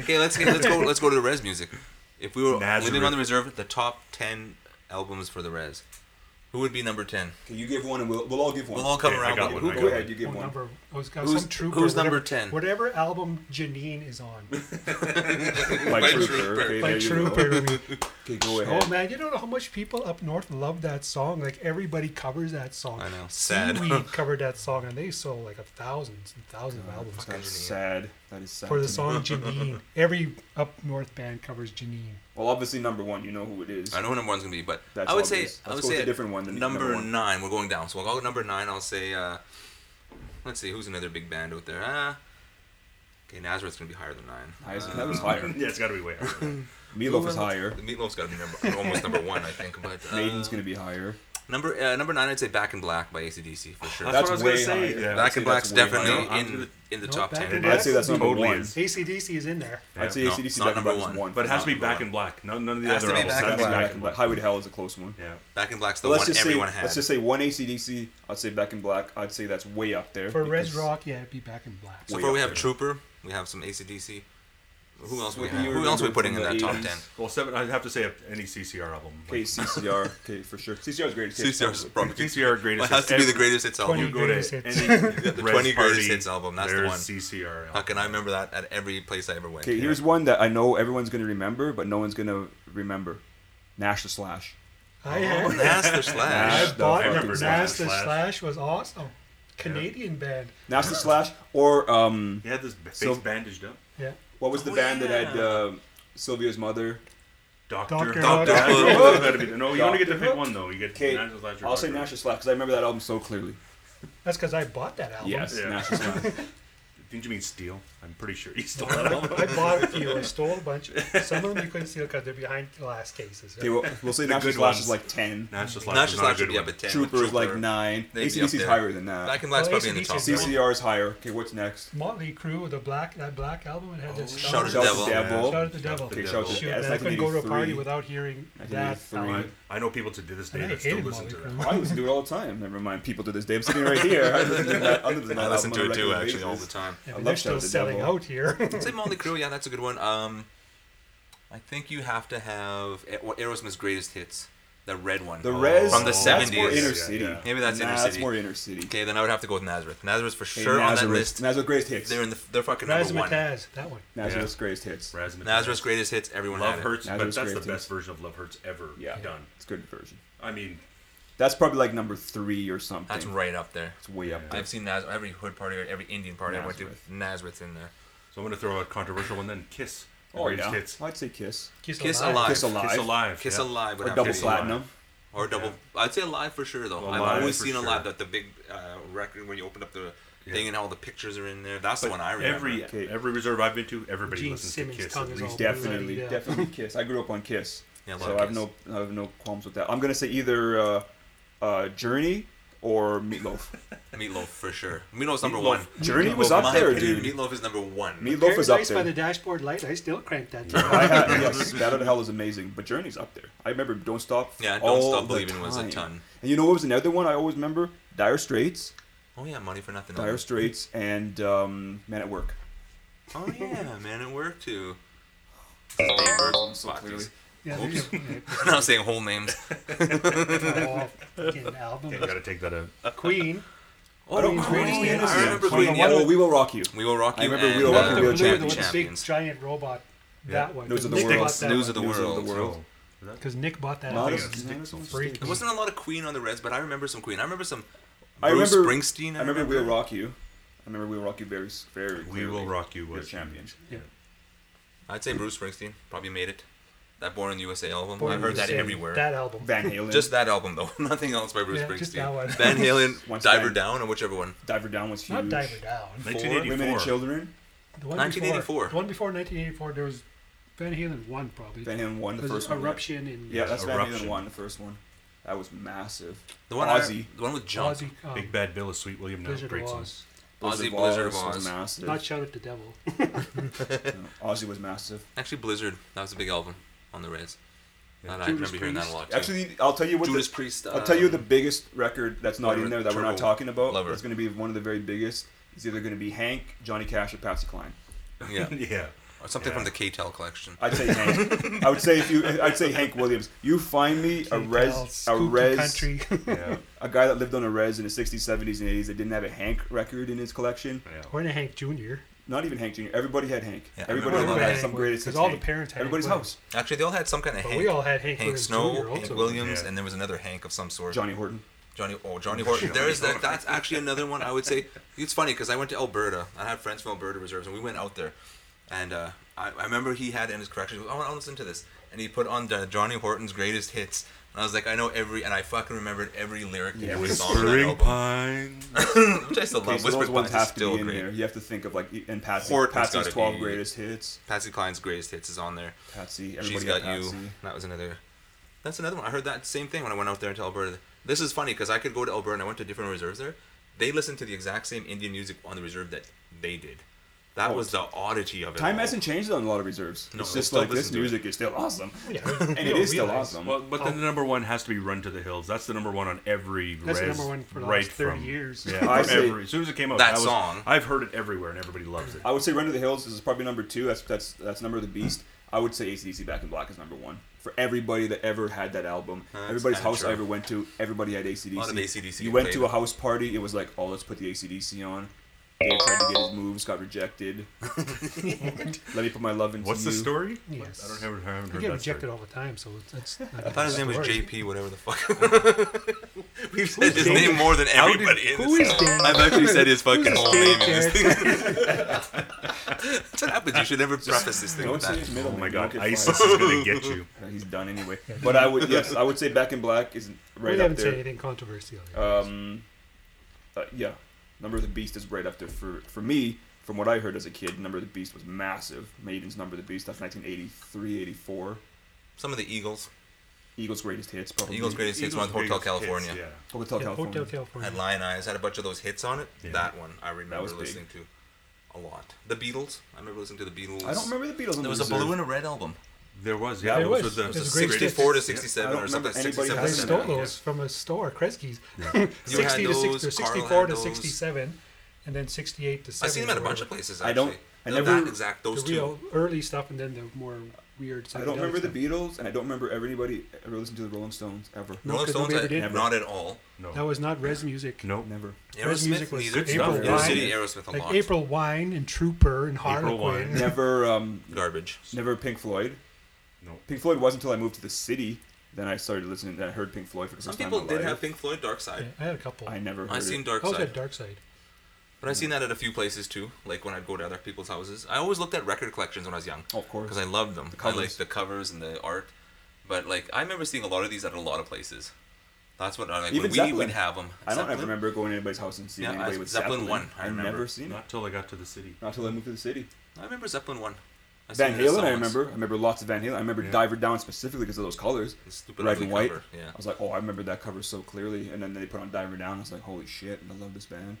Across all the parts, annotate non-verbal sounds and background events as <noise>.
Okay, let's get, let's <laughs> go let's go to the Res music. If we were Nazareth. living on the reserve, the top ten albums for the Res, who would be number ten? Can you give one and we'll, we'll all give one? We'll all come Okay, I around. got with one, one. I Go ahead, you give Oh, one. number, oh, it's got Who's- some trooper. who's number whatever- 10? Whatever album Janine is on. <laughs> Like Like Trooper. Trooper. Okay, there Like you go. Trooper. <laughs> Okay, go ahead. oh, man, you don't know how much people up north love that song. Like, everybody covers that song. I know, sad. <laughs> Seaweed covered that song, and they sold like a thousands and thousands of albums That's sad. That is sad. for to the me. <laughs> song Janine. Every up north band covers Janine. Well, obviously number one, you know who it is. I know what number one's gonna be, but That's I would obvious. say I Let's would go say with a different one than number number one. nine. We're going down, so I'll go with number nine. I'll say, uh, let's see, who's another big band out there? Uh, okay, Nazareth's gonna be higher than nine. Highest- Uh, that <laughs> was higher. Yeah, it's got to be way higher. Meatloaf is higher. The Meatloaf's gotta be number, almost number one, I think. But uh, Maiden's gonna be higher. number uh, number nine, I'd say Back in Black by AC/DC for sure. That's what I was way gonna say. higher. Yeah. I'd Back say in Black's that's way definitely higher. I'm in gonna- in the No, top Back in ten. Black- I'd say that's number Totally one. is. ACDC is in there. I'd say No, ACDC not Back in number Black is one. one. But it has to be Number back one. in black. None, none of the Has other to be albums. Back in That's Black. back in black. Highway to Hell is a close one. Yeah. Back in Black's the But let's one just say everyone had. let's just say one ACDC. I'd say Back in Black. I'd say that's way up there. For Res because- Rock, yeah, it'd be back in black. so way far we up have there. Trooper, we have some ACDC. Who else we What do have? you Who else we remember putting in from that the top 80s? <laughs> ten? Well, seven. I'd have to say any CCR album. Okay, CCR. Okay, for sure. CCR is great. CCR's probably <laughs> CCR greatest. Well, it has hits. to be the Every- greatest hits album. You go Greatest to any <laughs> hits. the 20 res greatest party, hits album, that's the there's one. CCR. Album. Fucking, I remember that at every place I ever went. Okay, <laughs> here's one that I know everyone's gonna remember, but no one's gonna remember. Nash the Slash. Oh, I had Master I Oh, Slash. bought I it. remember Nas the Slash. Slash was awesome. Canadian band. <laughs> Nash the Slash, or um, He had this face So- bandaged up. Yeah. what was the Oh, band that yeah. had uh, Sylvia's mother? Doctor. Doctor Doctor Doctor Who. Who. That'd be- No, you only get to Doctor pick Who. one though. You get Okay, National Ledger I'll say Doctor. Nash the Slash because I remember that album so clearly. That's because I bought that album. Yes, Yeah. Nash <laughs> the Slash. Didn't you mean Steel? I'm pretty sure you stole that album. I bought a few. I stole a bunch. Some of them you couldn't steal because they're behind glass cases. Okay, well, we'll say Nash the good Slash ones. is like ten. National Slash. Nash National Slash Ledger. would be up at 10. with Trooper is like nine. They'd be up ACDC is there. higher than that. Back in Black's Oh, probably in the AC/DC top is one. ten. CCR is higher. Okay, what's next? Motley Crue, the black that black album, it had that song. Shout at the Shout Devil. to Devil. Shout at the devil. Okay, Devil. shout to Shoot, yeah, that's man, I couldn't go to a party 1983. without hearing that 1983. album. I know people to this day I that still hated listen to Motley that. Crue. I used to do it all the time. Never mind, people to this day. I'm sitting right here. I listen <laughs> to that, I listen to <laughs> that I listen album to on it a too, regular actually, all the basis. time. I Yeah, but love they're Shout still at the selling Devil. <laughs> out here. Say Motley Crue, yeah, that's a good one. Um, I think you have to have A- what Aerosmith's greatest hits, the red one. The Res From the that's more 70s. inner Yeah, city. yeah. Maybe that's nah, inner That's city. more inner city. Okay, then I would have to go with Nazareth. Nazareth's for Hey, sure on that Nazareth. list. Nazareth greatest hits. They're in the they're fucking number Razmataz, one. that one. Nazareth's greatest hits. Rasmus. Nazareth's greatest hits, everyone Love had it. Hurts, but Nazareth's that's the greatest. best version of Love Hurts ever Yeah. done. It's a good version. I mean, That's probably like number three or something. That's right up there. It's way up there. I've seen Nazareth every hood party or every Indian party I went Nazareth. to. Nazareth's in there. so I'm going to throw a controversial one then. Kiss. The Oh greatest yeah, Hits. I'd say Kiss. Kiss, Kiss Alive. Alive. Kiss alive. Kiss Alive. Kiss yeah. Alive would Or have double to be- platinum. Or double. I'd say alive for sure though. I've Alive always for seen sure. alive that the big uh, record when you open up the Yeah. thing and all the pictures are in there. That's But the one I remember. every Okay. every reserve I've been to, everybody Gene listens Simmons' to Kiss tongue at is least. all- Definitely, Yeah. definitely Kiss. I grew up on Kiss, Yeah, I so love I have Kiss. no I have no qualms with that. I'm gonna say either uh, uh, Journey or Meatloaf. meatloaf for sure. Meatloaf's number Meatloaf. one. Journey was Meatloaf up My there, opinion, dude. Meatloaf is number one. Meatloaf was up Paradise by the there. dashboard light. I still crank that. tune. I had, yes, Battle to Hell is amazing, but Journey's up there. I remember Don't Stop. Yeah, Don't all Stop the Believin' was a time. ton. And you know what was another one I always remember? Dire Straits, oh yeah, money for nothing. Dire Straits, and um, Man at Work. oh yeah, man, it worked too. Fuck, clearly. geez. Yeah, there's a- <laughs> I'm not saying whole names. Oh, <laughs> fucking album. You got to take that uh, out. Queen. Oh, don't- Queen. Queen is- I remember Queen. yeah. Queen, Yeah. Yeah, well, We Will Rock You. We will rock you. I remember and, We Will uh, Rock You, the Wheel blue Champions. with the big Champions. giant robot. Yeah. That one. Those are the Nick world. bought that News one. of the News of the world. World. So, is that- Because Nick bought that. Not album. as- it's not as Dixon. Freak. There wasn't a lot of Queen on the res, but I remember some Queen. I remember some I Bruce remember- Springsteen. I remember We'll Rock You. I remember We'll Rock You very, very We clearly. Will Rock You Your was champion. Yeah. I'd say Bruce Springsteen probably made it. That Born in the USA album. Born I've heard to that Sin, everywhere. That album. Van Halen. Just that album though, <laughs> nothing else by Bruce Yeah, Springsteen. just that one. Van Halen, Once Diver Van- Down, or whichever one. Diver Down was huge. Not Diver Down. Women and 1984. Children. The one 1984. Before, the one before 1984, there was Van Halen 1 probably. Van Halen won the Because first one. yeah. Eruption in Yeah, that's Van Eruption. Halen won the first one. That was massive. The one Ozzy. I, the one with Jump. Ozzy, um, Big Bad Bill is Sweet William. No, Blizzard great of songs. Oz. Ozzy Blizzard of was Oz. massive. Not Shout at the Devil. Ozzy was massive. Actually, Blizzard. That was a big album on the Res. Yeah. That I Judas remember hearing that a Priest. lot. Too. Actually, I'll tell you what. Judas the, Priest. I'll tell you um, the biggest record that's not Lover, in there that we're not Turbo talking about. Lover. <laughs> It's going to be one of the very biggest. It's either going to be Hank, Johnny Cash, or Patsy Cline. yeah. yeah. Or something Yeah. from the KTEL collection. I'd say <laughs> Hank. I would say if you, I'd say Hank Williams. You find me a res, a Scoop the res, Country. <laughs> Yeah. <laughs> a guy that lived on a res in the '60s, '70s, and '80s that didn't have a Hank record in his collection. yeah. Or to Hank Jr. Not even Hank Jr. Everybody had Hank. Yeah, I Everybody remember had that. some greatest Because hits. all the Hank. parents had Everybody's Hank house. Actually, they all had some kind of But Hank. we all had Hank Hank, Williams Snow, Jr. also. Hank Williams, Yeah. and there was another Hank of some sort. Johnny Horton. Johnny, oh Johnny Horton. There is that. That's actually another one I would say. It's funny because I went to Alberta. I had friends from Alberta reserves, and we went out there, and uh, I, I remember he had in his correction. I want to listen to this, and he put on the Johnny Horton's greatest hits, and I was like, I know every, and I fucking remembered every lyric to every song on that Whispering album, Pine. <laughs> which I still Okay, love. so those Whispering Pines ones is have to still be in there. great. You have to think of like e- and Patsy. Horton's Patsy's gotta 12 be- greatest hits. Patsy Cline's greatest hits is on there. Patsy. She's Everybody got had you. Patsy. That was another. That's another one. I heard that same thing when I went out there to Alberta. This is funny because I could go to Alberta and I went to different reserves there. They listened to the exact same Indian music on the reserve that they did. That Oh, was the oddity of it. Time all. hasn't changed on a lot of reserves. No, it's they just still like this listen to it. music is still <laughs> awesome, <laughs> Yeah. and You it don't is still realize. awesome. Well, but Oh. the number one has to be Run to the Hills. That's the number one on every That's the res, number one for the right last 30 from- years. Yeah, I from say- every, as soon as it came out, That was- song. I've heard it everywhere, and everybody loves it. I would say Run to the Hills is probably number two. That's that's that's number of the beast. I would say ACDC Back in Black is number one for everybody that ever had that album. That's Everybody's kinda house true. I ever went to, everybody had ACDC. lot of AC/DC you went played to a it. house party, it was like, oh, let's put the ACDC on. Dave tried to get his moves, got rejected. <laughs> Let me put my love into What's you. the story? Yes. I don't have, I haven't heard You get that story. rejected all the time, so that's. <laughs> not I thought his a name was story. JP, whatever the fuck. <laughs> We've said his Dave? name more than How did- everybody. in Who this is house. Dave? I've actually said his fucking Who's whole Dave name in this thing. That's what happens. You should never preface this thing Don't with say that. his middle Oh my name, god, don't get ISIS <laughs> is fired. gonna get you. He's done anyway. But I would, yes, I would say Back in Black is We right up haven't said there. anything controversial. yet. Um, uh, yeah, Number of the Beast is right up there for for me. From what I heard as a kid, Number of the Beast was massive. Maiden's Number of the Beast, that's 1983, 84. Some of the Eagles. Eagles' greatest hits, probably. Eagles' greatest hits were on Eagles' Hotel biggest California. hits, Hotel Yeah, California. Hotel California. had Lion Eyes, had a bunch of those hits on it. Yeah. That one I remember was big. listening to a lot. The Beatles, I remember listening to the Beatles. I don't remember the Beatles. On There the was a reserve. blue and a red album. There was, yeah. There those was. were the There's a great sixty- 64 to I 67 don't or something. remember 67 anybody They having to stole 70. those from a store, Kresge's. <laughs> You had 60 to those, 60, Carl or 64 to had those. 67, and then 68 to 70. I've seen them at a or bunch whatever. of places. Actually. I don't- I never- that exact The those two. real early stuff, and then the more weird. I don't psychedelic remember the stuff. Beatles, and I don't remember ever anybody ever listened to the Rolling Stones ever. No, Rolling 'cause Stones, nobody I, ever did. not at all. No, That was not res music. no. Never. Res Aerosmith music was neither. good stuff. April Yeah. Wine. City Aerosmith a Like lot. April Wine and Trooper and April Harlequin. Wine. Never. Um. Garbage. Never Pink Floyd. No. Pink Floyd wasn't until I moved to the city. Then I started listening. Then I heard Pink Floyd for the Some first time people in my did life. have Pink Floyd Dark Side. Yeah, I had a couple. I I never heard. I've seen it. Dark was Side. at Dark Side. But I've seen that at a few places too. Like when I'd go to other people's houses, I always looked at record collections when I was young. Oh, of course. because I loved them. I covers. liked the covers and the art. But like, I remember seeing a lot of these at a lot of places. That's what I like. Even when we, Zeppelin. we'd have them. I don't ever remember going to anybody's house and seeing Yeah, anybody I- with Zeppelin Zeppelin. one, I I've remember. never seen it. Not till I got to the city. Not until I moved to the city. I remember Zeppelin one. I Van seen it at Halen, I someone's. remember. I remember lots of Van Halen. I remember Yeah. Diver Down specifically because of those colors, The stupid red ugly and white. cover, yeah. I was like, oh, I remember that cover so clearly. And then they put on Diver Down. I was like, holy shit! I love this band.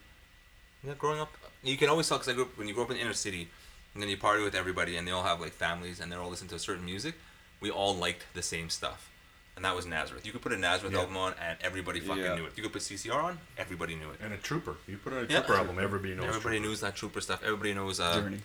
Yeah, growing up, you can always tell because I grew up when you grow up in inner city, and then you party with everybody, and they all have like families, and they're all listening to certain music. We all liked the same stuff, and that was Nazareth. You could put a Nazareth Yeah. album on, and everybody fucking Yeah. knew it. You could put CCR on, everybody knew it. And a trooper. You put on a Yeah. trooper album, everybody knows. Everybody Trooper. knows that Trooper stuff. Everybody knows. Uh, Journey.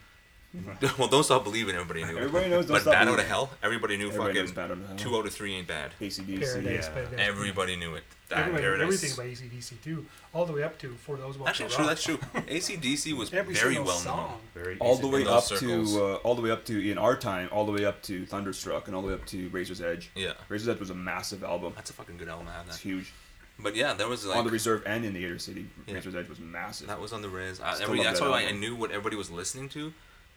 <laughs> well, don't stop believing. Everybody knew. Everybody knows Don't but Stop bad out of Believin'. hell. Everybody knew Everybody knows fucking Bad Out of Hell. two out of three ain't bad. ACDC. Paradise. yeah. Paradise. Everybody knew it. That Everybody, Paradise. everything by ACDC too, all the way up to For Those Walking Actually, true. That's true. ACDC was Every very single well known. song. Very All easy. the way in up those circles. to uh, all the way up to in our time, all the way up to Thunderstruck and all the way up to Razor's Edge. Yeah. Razor's Edge was a massive album. That's a fucking good album. I have It's that. huge. But yeah, there was like On the reserve and in the inner city, Yeah. Razor's Edge was massive. that was on the res. I, Still every, love that's that why I album. knew what everybody was listening to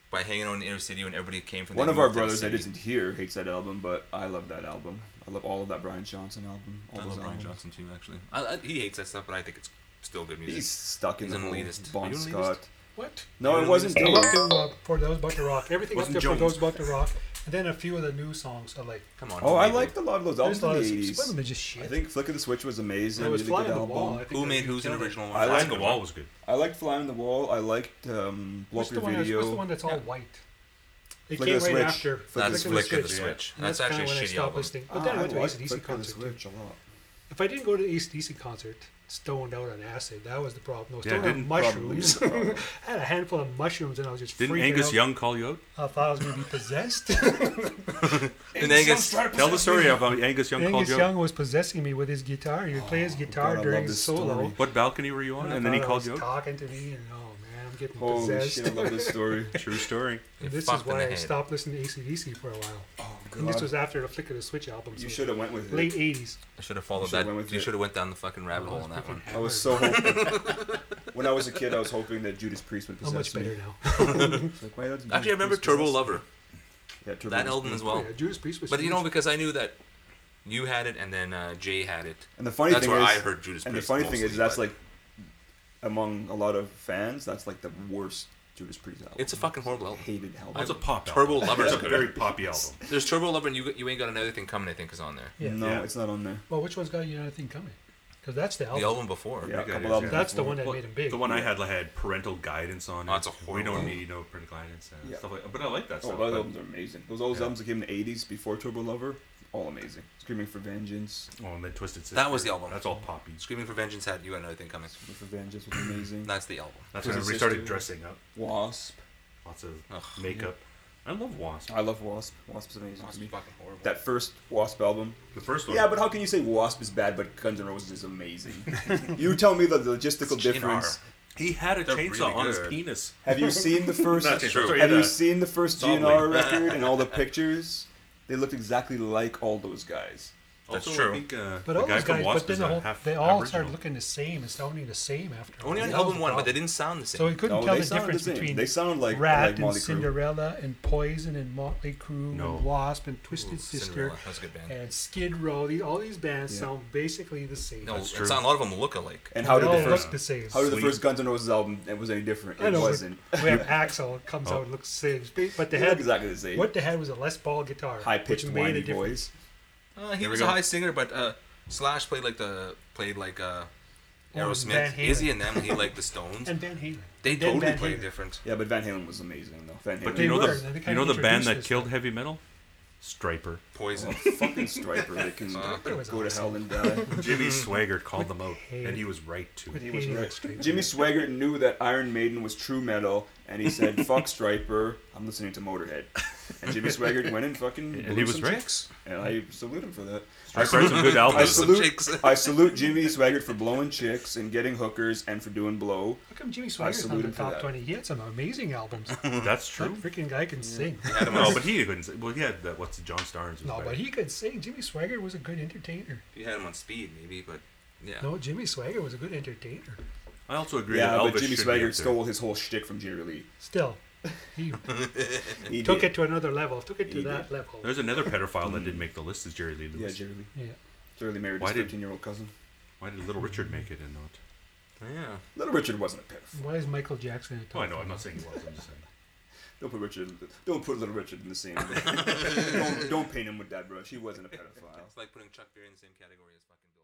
by hanging out in the inner city when everybody came from. One they of our moved to the brothers that city. isn't here hates that album, but I love that album. I love all of that Brian Johnson album. All I those love Brian albums. Johnson too. Actually, I, I, he hates that stuff, but I think it's still good music. He's stuck in He's the an whole elitist. Are Bon you an Scott. elitist? What? No, You're it an wasn't. elitist. Up Dylan. to uh, For Those But to Rock, everything up Wasn't to Jones. For Those But to Rock, and then a few of the new songs are like Come on. Oh, I who made liked a who? lot of those albums there's a in lot the of eighties. some of them are just shit. I think Flick of the Switch was amazing. it was really Fly good on the album. Wall. I think Who that's made what who's an killed it. original one? I That's a like Flying good the one. Wall was good. I liked Fly on the Wall. I liked um, Blow What's Up the, Your one, that's- Video. what's the one that's all white? It Flick came of the right Switch. after. Flick That's of the Flick of the Switch, yeah. Switch. And That's kinda actually a when I shitty stopped album. listening. But then Ah, I went to liked AC/DC Flick of the concert. too. Switch a lot. If I didn't go to AC/DC concert, stoned out on acid. That was the problem. I was Yeah, stoned on didn't- mushrooms. probably the <laughs> I problem. had a handful of mushrooms and I was just Didn't freaking Angus out. Young call you out? I thought I was going to be possessed. <laughs> And Angus, Tell the story of how Angus Young called Angus you Young out. was possessing me with his guitar. He would play his guitar Oh, God, I during love his this solo. story. What balcony were you on? And then he thought I called was you out? talking to me, and oh man, I'm getting Holy possessed. shit, I love this <laughs> story. True story. You And this is fucked in why the I head. stopped listening to ACDC for a while. Oh, And this God. was after the Flick of the Switch album. You so should have went with Late it. 80s. I should have followed that. should've went with You it. should have went down the fucking rabbit hole on that one. I was <laughs> so hoping. when I was a kid, I was hoping that Judas Priest would How possess much me. better now? It's Like, why Actually, doesn't I Judas remember Priest Turbo possess me? Lover. Yeah, Turbo That was album cool. as well. Yeah, Judas Priest was. But you huge. know, because I knew that you had it and then uh, Jay had it. And the funny that's thing where is, I heard Judas and the Priest funny thing is, mostly, that's but like among a lot of fans, that's like the worst Judas Priest album. it's a fucking horrible album. hated album. That's a pop Turbo album. Lover. <laughs> That's a very poppy album. There's Turbo Lover and you you ain't got another thing coming. I think is on there. Yeah. No, Yeah. it's not on there. Well, which one's got you another thing coming? Because that's the album. The album before. Yeah, a think it couple is, albums. yeah. That's the before. one that Well, made him big. The one I had like, had parental guidance on. Oh, it. it's a We horrible- don't need no parental guidance and Yeah. stuff like. But I like that Oh, stuff. those but- albums are amazing. Those old Yeah. albums that came in the '80s before Turbo Lover, all amazing. Screaming for Vengeance, oh, and then Twisted Sister. That was the album. That's all poppy. Screaming for Vengeance had you got another thing coming. Screaming for Vengeance was amazing. That's the album. That's Twisted when Sister. we started dressing up. Wasp, Lots of Ugh. makeup. I love Wasp. I love Wasp. Wasp's amazing. to me. fucking horrible. That first Wasp album. The first one. Yeah, but how can you say Wasp is bad, but Guns N' Roses is amazing? you tell me the logistical It's GNR. difference. he had a They're chainsaw really on his good. penis. Have you <laughs> seen the first? Not true. sorry, Have the- you seen the first Solid. GNR record and <laughs> all the pictures? They looked exactly like all those guys. That's Also, true. I think, uh, But the all guy those from guys, Wasp but then is the a whole, half they all Aboriginal. started looking the same and sounding the same after. a Only while. on That was album the one, but they problem. didn't sound the same. So we couldn't No, tell they the sound the difference same. between They sound like- Rat like and Motley Crue. Cinderella and Poison and Motley Crue No. and Wasp and Ooh, Twisted Sister Cinderella. That's a good band. and Skid Row. These, all these bands Yeah. sound basically the same. No, That's it true. sound, a lot of them look alike. And how they did all the first look the same. how did the Sweet. first Guns N' Roses album it was any different? I It know, but <laughs> wasn't. <laughs> We have Axel it comes Oh. out looks the same, but they They look had exactly the same. what they had was a Les Paul guitar, High pitched which made whiny a difference. voice. Uh, he There we was a go. high singer, but uh, Slash played like the played like uh, Oh, Van Aerosmith. Halen. Izzy and them he liked the Stones. And Van Halen. they Then totally Van played Halen. different. Yeah, but Van Halen was amazing though. Van Halen. But They you know were, the and they you kinda know the band introduced that us killed to it. heavy metal, Striper. Poison. fucking striper. They <laughs> can Fuck, it was go to awesome. hell and die. <laughs> Jimmy Swaggart called them out, hated- and he was right too. With He was Halen, right. Straight Jimmy Edge. Swaggart knew that Iron Maiden was true metal, and he said, <laughs> "Fuck Striper, I'm listening to Motorhead." And Jimmy Swaggart went and fucking And blew he was some right. chicks, and I salute him for that. I Striper had some good I albums. salute- chicks. <laughs> I salute Jimmy Swaggart for blowing chicks and getting hookers and for doing blow. How come Jimmy I Swaggert's salute on the him for top that. 20? He had some amazing <laughs> albums. That's that true. freaking guy can sing. No, but he couldn't. Sing. Well, he had that. What's the John Starnes? was No, back. but he could sing. Jimmy Swagger was a good entertainer. You had him on speed, maybe, but yeah. No, Jimmy Swagger was a good entertainer. I also agree. Yeah, that Elvis but Jimmy should be up there. Swaggart stole his whole shtick from Jerry Lee. Still, <laughs> he He took did. it to another level. Took it to He that did. level. There's another pedophile that didn't make the list. Is Jerry Lee Mm. Yeah, Lewis? Jerry Lee. Yeah. Jerry Lee married Why his did- thirteen-year-old cousin. Why did Little Richard make it and not? Yeah. Little Richard wasn't a pedophile. Why is Michael Jackson? at Oh, I top know. I'm five? not saying he was. I'm just saying. Don't put Richard. Don't put Little Richard in <laughs> the same. don't, don't paint him with that brush. He wasn't a pedophile. It's like putting Chuck Berry in the same category as fucking.